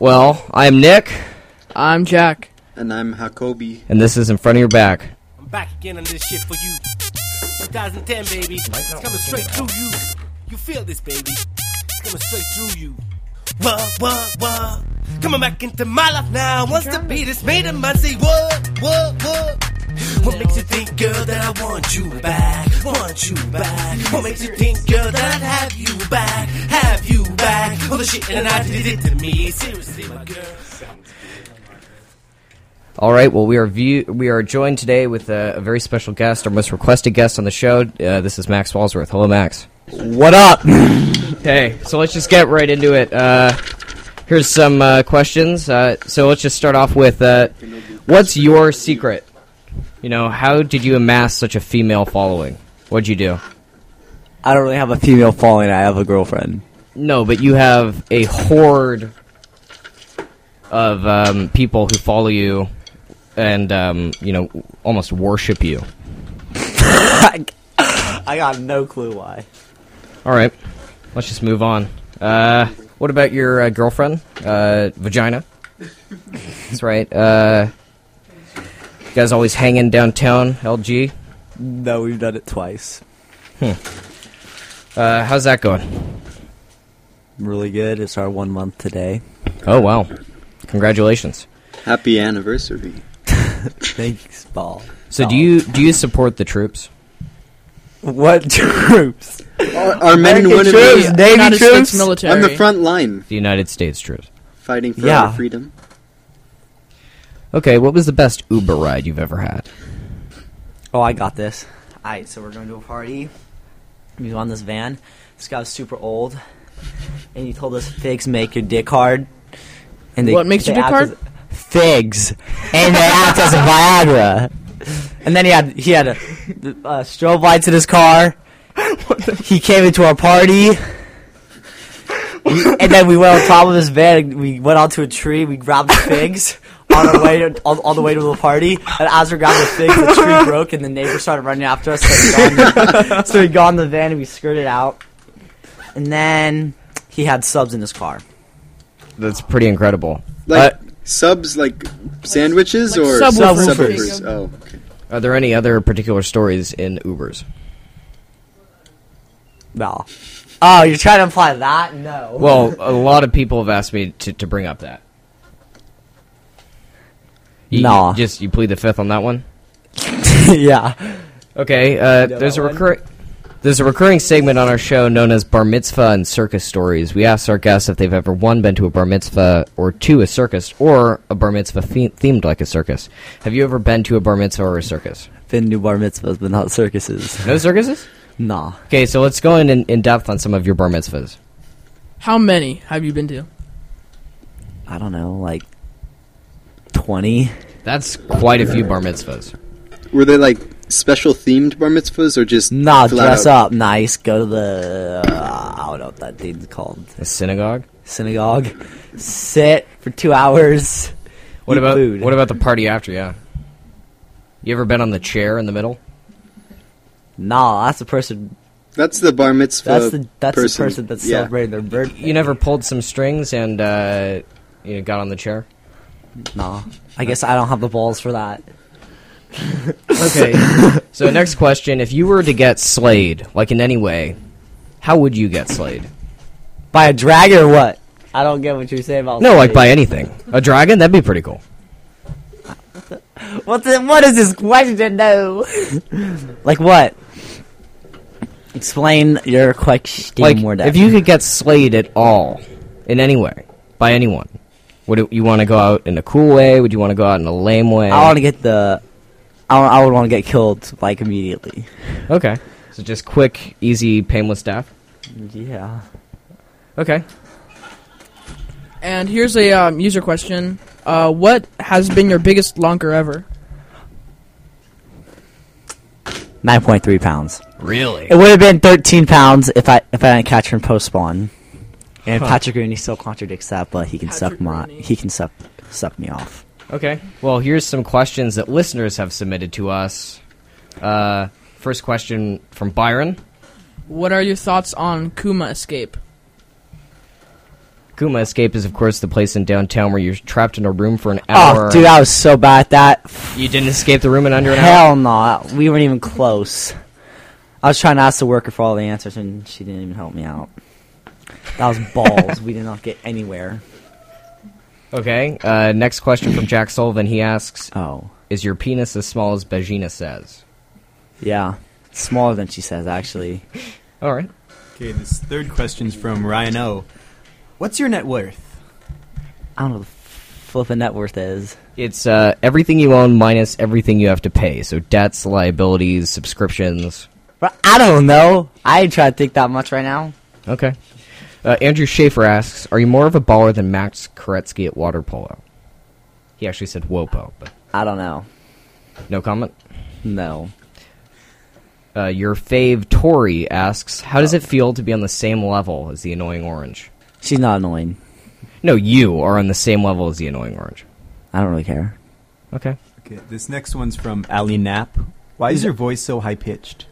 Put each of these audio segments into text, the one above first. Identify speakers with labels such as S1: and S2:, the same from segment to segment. S1: Well, I'm Nick,
S2: I'm Jack.
S3: And I'm Hakobi.
S1: and this is in front of your back.
S4: I'm back again on this shit for you. 2010, baby. It's coming straight through you. You feel this, baby. It's coming straight through you. What, what, what? Coming back into my life now. Wants to be this made him I say, what, what, what? What makes you think, girl, that I want you back? Want you back? What makes you think, girl, that I'd have you back? Have you back? All the shit and I did it to me. Seriously, my girl.
S1: All right. Well, we are view- we are joined today with a, a very special guest, our most requested guest on the show. Uh, this is Max Walsworth. Hello, Max. What up? hey. So let's just get right into it. Uh, here's some uh, questions. Uh, so let's just start off with, uh, what's your secret? You know, how did you amass such a female following? What'd you do?
S5: I don't really have a female following. I have a girlfriend.
S1: No, but you have a horde of um, people who follow you and um, you know almost worship you.
S5: I got no clue why.
S1: All right, let's just move on. Uh, what about your uh, girlfriend, uh, vagina? That's right. Uh, you guys always hanging downtown, LG.
S5: No, we've done it twice.
S1: Uh, how's that going?
S5: Really good. It's our one month today.
S1: Oh wow! Congratulations.
S3: Happy anniversary.
S5: Thanks, ball.
S1: So do you do you support the troops?
S5: What troops?
S3: Our, our men and women.
S5: American troops,
S3: are
S5: Navy
S2: United States
S5: troops.
S2: military.
S3: on the front line,
S1: The United States troops.
S3: fighting for
S5: Yeah.
S3: our freedom.
S1: Okay, what was the best Uber ride you've ever had?
S5: Oh, I got this. All right, so we're going to a party. We were on this van. This guy was super old, and he told us figs make your dick hard. And
S2: What makes your dick
S5: act
S2: hard?
S5: as- figs, and they act as a Viagra. And then he had he had a, uh strobe lights in his car. He came into our party. and then we went on top of this van. and We went onto a tree. We grabbed the figs on our way to, on, on the way to the party. And as we grabbed the figs, the tree broke, and the neighbor started running after us. So we got in, so we got in the van and we skirted out. And then he had subs in his car.
S1: That's pretty incredible.
S3: Like
S1: Uh,
S3: subs, like sandwiches
S2: like
S3: or
S2: subwoofers.
S3: subwoofers? Oh, okay.
S1: Uh, Are there any other particular stories in Ubers?
S5: No. Oh, you're trying to imply that? No.
S1: Well, a lot of people have asked me to, to bring up that. You,
S5: Nah.
S1: you just you plead the fifth on that one.
S5: yeah.
S1: Okay, uh,
S5: know
S1: there's a
S5: that one?
S1: recurring there's a recurring segment on our show known as Bar Mitzvah and Circus Stories. We ask our guests if they've ever one been to a bar mitzvah or two a circus or a bar mitzvah the- themed like a circus. Have you ever been to a bar mitzvah or a circus?
S5: Been to bar mitzvahs, but not circuses.
S1: No circuses.
S5: Nah.
S1: Okay, so let's go in, in in depth on some of your bar mitzvahs.
S2: How many have you been to?
S5: I don't know, like 20?
S1: That's quite a few bar mitzvahs.
S3: Were they like special themed bar mitzvahs or just
S5: Nah,
S3: flat
S5: dress
S3: out?
S5: up nice, go to the. Uh, I don't know what that thing's called.
S1: A synagogue.
S5: Synagogue. Sit for two hours.
S1: What
S5: eat
S1: about
S5: food.
S1: what about the party after? Yeah. You ever been on the chair in the middle?
S5: Nah, that's the person.
S3: That's the bar mitzvah.
S5: That's the that's
S3: person.
S5: the person that's
S3: yeah.
S5: celebrating their birthday.
S1: You never pulled some strings and uh, you know, got on the chair.
S5: Nah, I guess I don't have the balls for that.
S1: Okay. so next question: If you were to get slayed, like in any way, how would you get slayed?
S5: By a dragon or what? I don't get what you're saying about.
S1: No, like by
S5: slaves.
S1: anything. A dragon? That'd be pretty cool.
S5: What the, what is this question? No. like what? Explain your question
S1: Like
S5: more.
S1: if you could get slayed at all, in any way, by anyone, would it, you want to go out in a cool way? Would you want to go out in a lame way?
S5: I want to get the. I, wa- I would want to get killed like immediately.
S1: okay. So just quick, easy, painless death.
S5: Yeah.
S1: Okay.
S2: And here's a um, user question: uh, What has been your biggest lonker ever?
S5: Nine point three pounds.
S1: Really?
S5: It
S6: Oh,
S5: would have been thirteen pounds if I if I didn't catch her in post spawn. And Patrick Rooney still contradicts that, but he can
S2: Patrick
S5: suck my
S2: Rooney.
S5: he can suck suck me off.
S1: Okay. Well, here's some questions that listeners have submitted to us. Uh, first question from Byron.
S2: What are your thoughts on Kuma Escape?
S1: Guma Escape is, of course, the place in downtown where you're trapped in a room for an hour.
S6: Oh, dude, I was so bad at that.
S1: You didn't escape the room in under an hour.
S6: Hell no, we weren't even close. I was trying to ask the worker for all the answers, and she didn't even help me out. That was balls. we did not get anywhere.
S1: Okay. Uh, next question from Jack Sullivan. He asks,
S6: Oh,
S1: "Is your penis as small as Bagina says?"
S6: yeah, smaller than she says actually.
S1: All right.
S7: Okay, this third question's from Ryan O. What's your net worth?
S6: I don't know what the flipping net worth is.
S1: It's uh, everything you own minus everything you have to pay. So debts, liabilities, subscriptions.
S6: But I don't know. I ain't trying to think that much right now.
S1: Okay. Uh, Andrew Schaefer asks, "Are you more of a baller than Max Koretsky at water polo?" He actually said "wopo," but
S6: I don't know.
S1: no comment.
S6: No.
S1: Uh, your fave Tori asks, "How does it feel to be on the same level as the annoying orange?"
S6: She's not annoying.
S1: No, you are on the same level as the annoying orange.
S6: I don't really care.
S1: Okay.
S7: Okay, this next one's from Ali Knapp. Why is your voice so high pitched?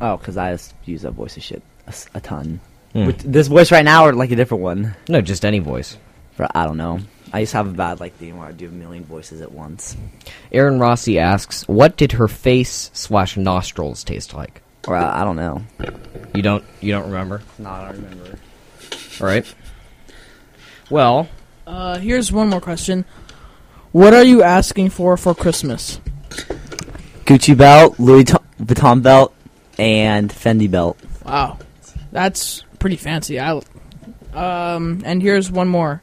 S6: Oh, because I just use that voice of shit a, s- a ton. With this voice right now, or like a different one?
S1: No, just any voice.
S6: For I don't know. I just have a bad like thing where I do a million voices at once,
S1: Aaron Rossi asks, "What did her face slash nostrils taste like?"
S6: or I, I don't know.
S1: You don't. You don't remember.
S6: No, I don't remember.
S1: All right. Well,
S2: Uh, here's one more question. What are you asking for for Christmas?
S6: Gucci belt, Louis Tu- Vuitton belt, and Fendi belt.
S2: Wow, that's pretty fancy. I, um, and here's one more.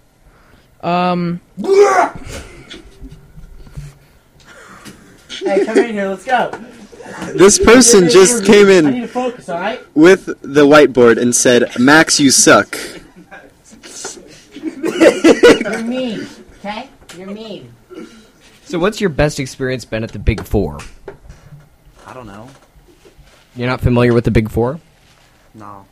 S6: Hey, come in here. Let's go.
S3: This person just came in
S6: to focus. All right.
S3: with the whiteboard and said, Max, you suck.
S8: You're mean, okay? You're mean.
S1: so what's your best experience been at the Big Four?
S6: I don't know.
S1: You're not familiar with the Big Four?
S6: No.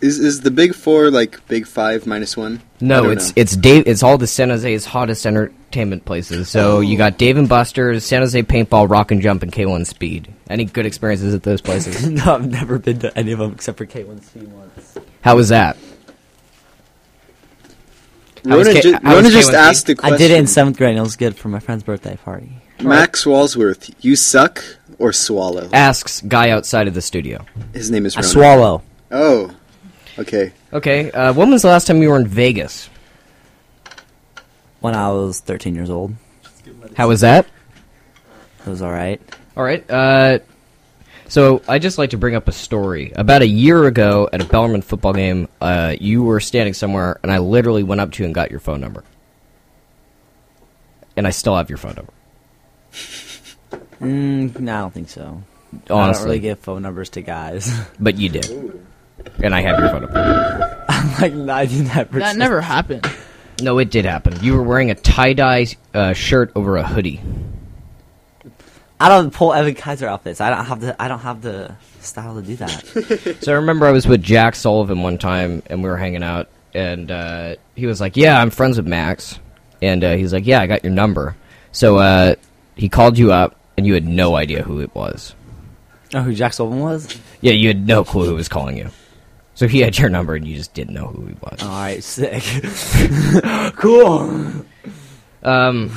S3: Is, is the big four like big five minus one? I
S1: No,
S3: don't
S1: it's
S3: know.
S1: it's Dave. It's all the San Jose's hottest entertainment places.
S3: Oh.
S1: So you got Dave and Buster's, San Jose Paintball, Rock and Jump, and K1 Speed. Any good experiences at those places?
S6: no, I've never been to any of them except for K1 C once.
S1: How was that? I was
S3: Rona,
S1: K-
S3: ju-
S1: I was
S3: Rona just
S1: K1C.
S3: asked the question.
S6: I did it in seventh grade. and It was good for my friend's birthday party.
S3: Max Walsworth, you suck or swallow?
S1: Asks guy outside of the studio.
S3: His name is
S6: I
S3: Rona.
S6: swallow.
S3: Oh, okay.
S1: Okay, uh, when was the last time you were in Vegas?
S6: When I was 13 years old,
S1: How was that?
S6: it was all right.
S1: All right. Uh, so I just like to bring up a story. About a year ago, at a Bellarmine football game, uh, you were standing somewhere, and I literally went up to you and got your phone number. And I still have your phone number.
S6: Mm, no, I don't think so. I don't
S1: Honestly,
S6: really give phone numbers to guys.
S1: but you did, and I have your phone number.
S6: like 99%.
S2: That never happened.
S1: No, it did happen. You were wearing a tie dye uh, shirt over a hoodie.
S6: I don't pull Evan Kaiser outfits. I don't have the I don't have the style to do that.
S1: So I remember I was with Jack Sullivan one time, and we were hanging out, and uh, he was like, "Yeah, I'm friends with Max," and uh, he's like, "Yeah, I got your number." So uh, he called you up, and you had no idea who it was.
S6: know Oh, who Jack Sullivan was?
S1: Yeah, you had no clue who was calling you. So he had your number, and you just didn't know who he was.
S6: Oh, All right, sick. cool.
S1: Um,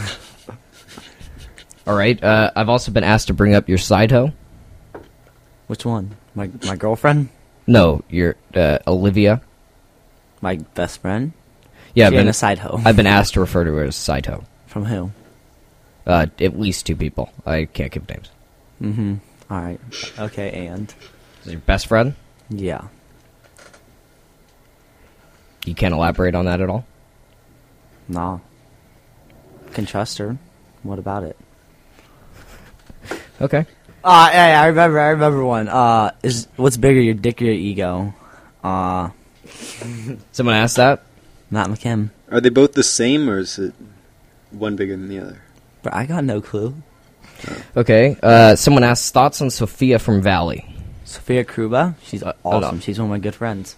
S1: all right, uh, I've also been asked to bring up your side hoe.
S6: Which one? My my girlfriend?
S1: No, your uh, Olivia.
S6: My best friend?
S1: Yeah, I've
S6: Yeah,
S1: been,
S6: a side hoe.
S1: I've been asked to refer to her as side hoe.
S6: From who?
S1: Uh, at least two people. I can't give names.
S6: Mm-hmm. All right. Okay, and
S1: Is it your best friend?
S6: yeah.
S1: You can't elaborate on that at all.
S6: Nah. Can trust her. What about it?
S1: Okay.
S6: Uh, yeah, yeah, I remember. I remember one. Uh, is what's bigger, your dick or your ego? Uh,
S1: Someone asked that.
S6: Matt McKim.
S3: Are they both the same or is it one bigger than the other?
S6: But I got no clue.
S1: Okay. Uh, someone asked thoughts on Sophia from Valley.
S6: Sophia Kruba. She's
S1: hold
S6: awesome.
S1: on.
S6: She's one of my good friends.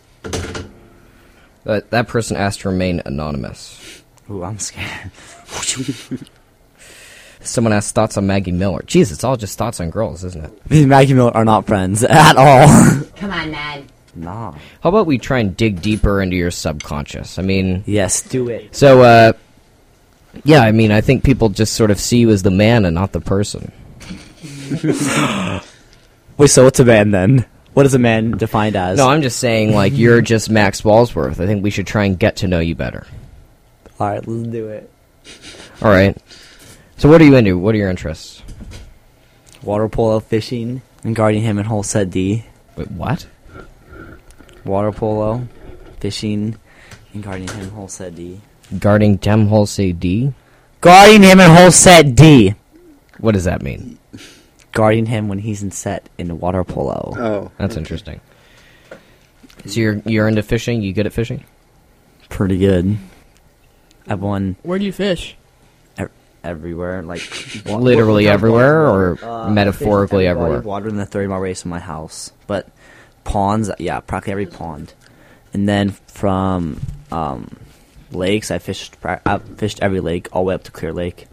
S1: Uh, that person asked to remain anonymous.
S6: Ooh, I'm scared.
S1: Someone asked thoughts on Maggie Miller. Jeez, it's all just thoughts on girls, isn't it?
S6: Me and Maggie Miller are not friends at all.
S8: Come on, man.
S6: Nah.
S1: How about we try and dig deeper into your subconscious? I mean,
S6: Yes, do it.
S1: so uh, yeah, I mean, I think people just sort of see you as the man and not the person.
S6: Wait, so what's a man then? What is a man defined as?
S1: No, I'm just saying, like, you're just Max Walsworth. I think we should try and get to know you better.
S6: All right, let's do it.
S1: All right. So, what are you into? What are your interests?
S6: Water polo, fishing, and guarding him in hole set D.
S1: Wait, what?
S6: Water polo, fishing, and guarding him in hole set D.
S1: Guarding Demhole say D?
S6: Guarding him in hole set D.
S1: What does that mean?
S6: Guarding him when he's in set in water polo.
S3: Oh,
S1: That's interesting. So you're you're into fishing? You good at fishing?
S6: Pretty good. I've won
S2: Where do you fish?
S6: everywhere, like wa-
S1: Literally
S6: wa-
S1: everywhere or
S6: Uh,
S1: metaphorically
S6: every body of
S1: everywhere?
S6: Water in the thirty mile radius of my house, but ponds, yeah, practically every pond. And then from um, lakes, I fished. pra- I fished every lake all the way up to Clear Lake.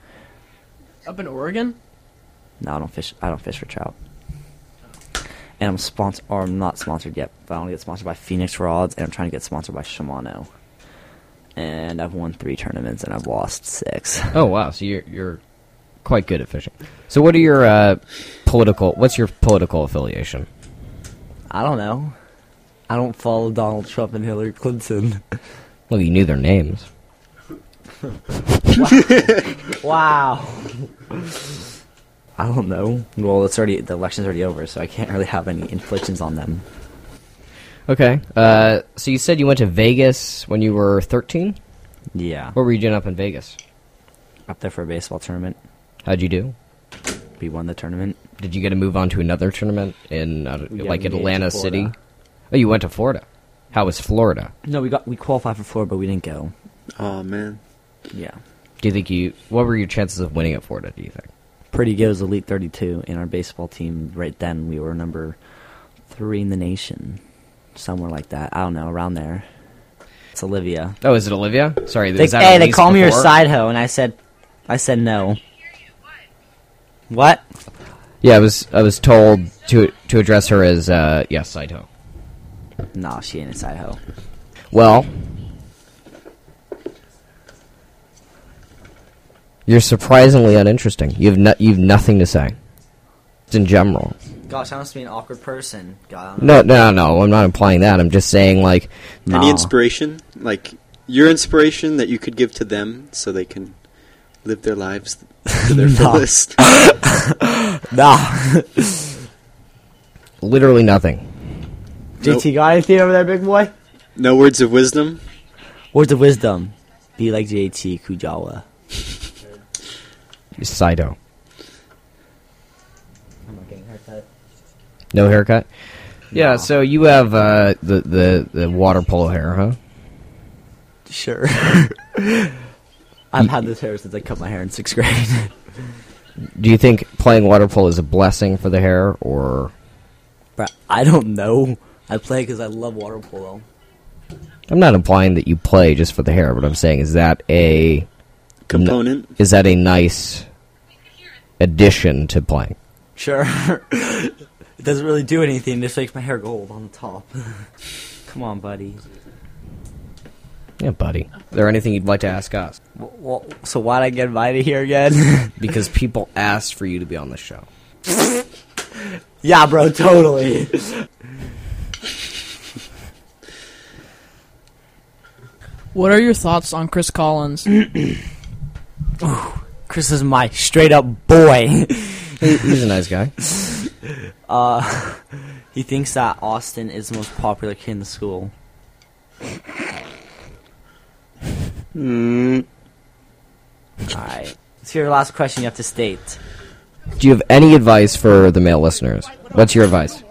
S2: Up in Oregon?
S6: No, I don't fish. I don't fish for trout. And I'm sponsored, or I'm not sponsored yet, but I want to get sponsored by Phoenix Rods, and I'm trying to get sponsored by Shimano. And I've won three tournaments, and I've lost six.
S1: Oh wow! So you're you're quite good at fishing. So what are your uh, political? What's your political affiliation?
S6: I don't know. I don't follow Donald Trump and Hillary Clinton.
S1: Well, you knew their names.
S6: Wow. I don't know. Well, it's already the election's already over, so I can't really have any inflictions on them.
S1: Okay. Uh, so you said you went to Vegas when you were 13.
S6: Yeah,
S1: What were you doing up in Vegas?
S6: up there for a baseball tournament.
S1: How'd you do?
S6: We won the tournament.
S1: Did you get to move on to another tournament in uh,
S6: Yeah,
S1: like
S6: we made it
S1: Atlanta
S6: to
S1: City?
S6: Florida.
S1: Oh, you went to Florida. How was Florida?
S6: No, we got we qualified for Florida, but we didn't go.
S3: oh man.
S6: Yeah,
S1: Do you think you? What were your chances of winning at Florida? Do you think?
S6: pretty good. It was elite thirty-two, and our baseball team right then we were number three in the nation, somewhere like that. I don't know, around there. It's Olivia.
S1: Oh, is it Olivia? Sorry,
S6: They,
S1: is that
S6: hey, they
S1: released
S6: call me your
S1: before?
S6: side hoe, and I said, I said no. What?
S1: Yeah, I was I was told to to address her as uh, yes, side hoe.
S6: No, she ain't a side hoe.
S1: Well, you're surprisingly uninteresting. You've no, you've nothing to say. Just in general.
S6: Gosh, I must be an awkward person. God,
S1: No, no, no. I'm not implying that. I'm just saying like
S3: Any inspiration? Like your inspiration that you could give to them so they can live their lives to their fullest.
S6: Nah.
S1: literally nothing.
S6: JT, got anything over there, big boy?
S3: No words of wisdom.
S6: Words of wisdom. Be like JT Kujawa.
S1: Side hoe.
S6: I'm not getting haircut.
S1: No haircut. Yeah. So you have uh, the the the water polo hair, huh?
S6: Sure. I've had this hair since I cut my hair in sixth grade.
S1: Do you think playing water polo is a blessing for the hair, or
S6: but I don't know. I play because I love water polo.
S1: I'm not implying that you play just for the hair, but I'm saying is that a
S3: Component.
S1: is that a nice addition to playing?
S6: Sure. it doesn't really do anything. It just makes my hair gold on the top. Come on, buddy.
S1: Yeah, buddy. Is there anything you'd like to ask us?
S6: Well, so why'd I get invited here again?
S1: Because people asked for you to be on the show.
S6: yeah, bro, totally.
S2: What are your thoughts on Chris Collins?
S6: Chris is my straight up boy.
S1: He's a nice guy.
S6: he thinks that Austin is the most popular kid in the school. Alright. Let's hear your last question you have to state.
S1: Do you have any advice for the male listeners? What's your advice?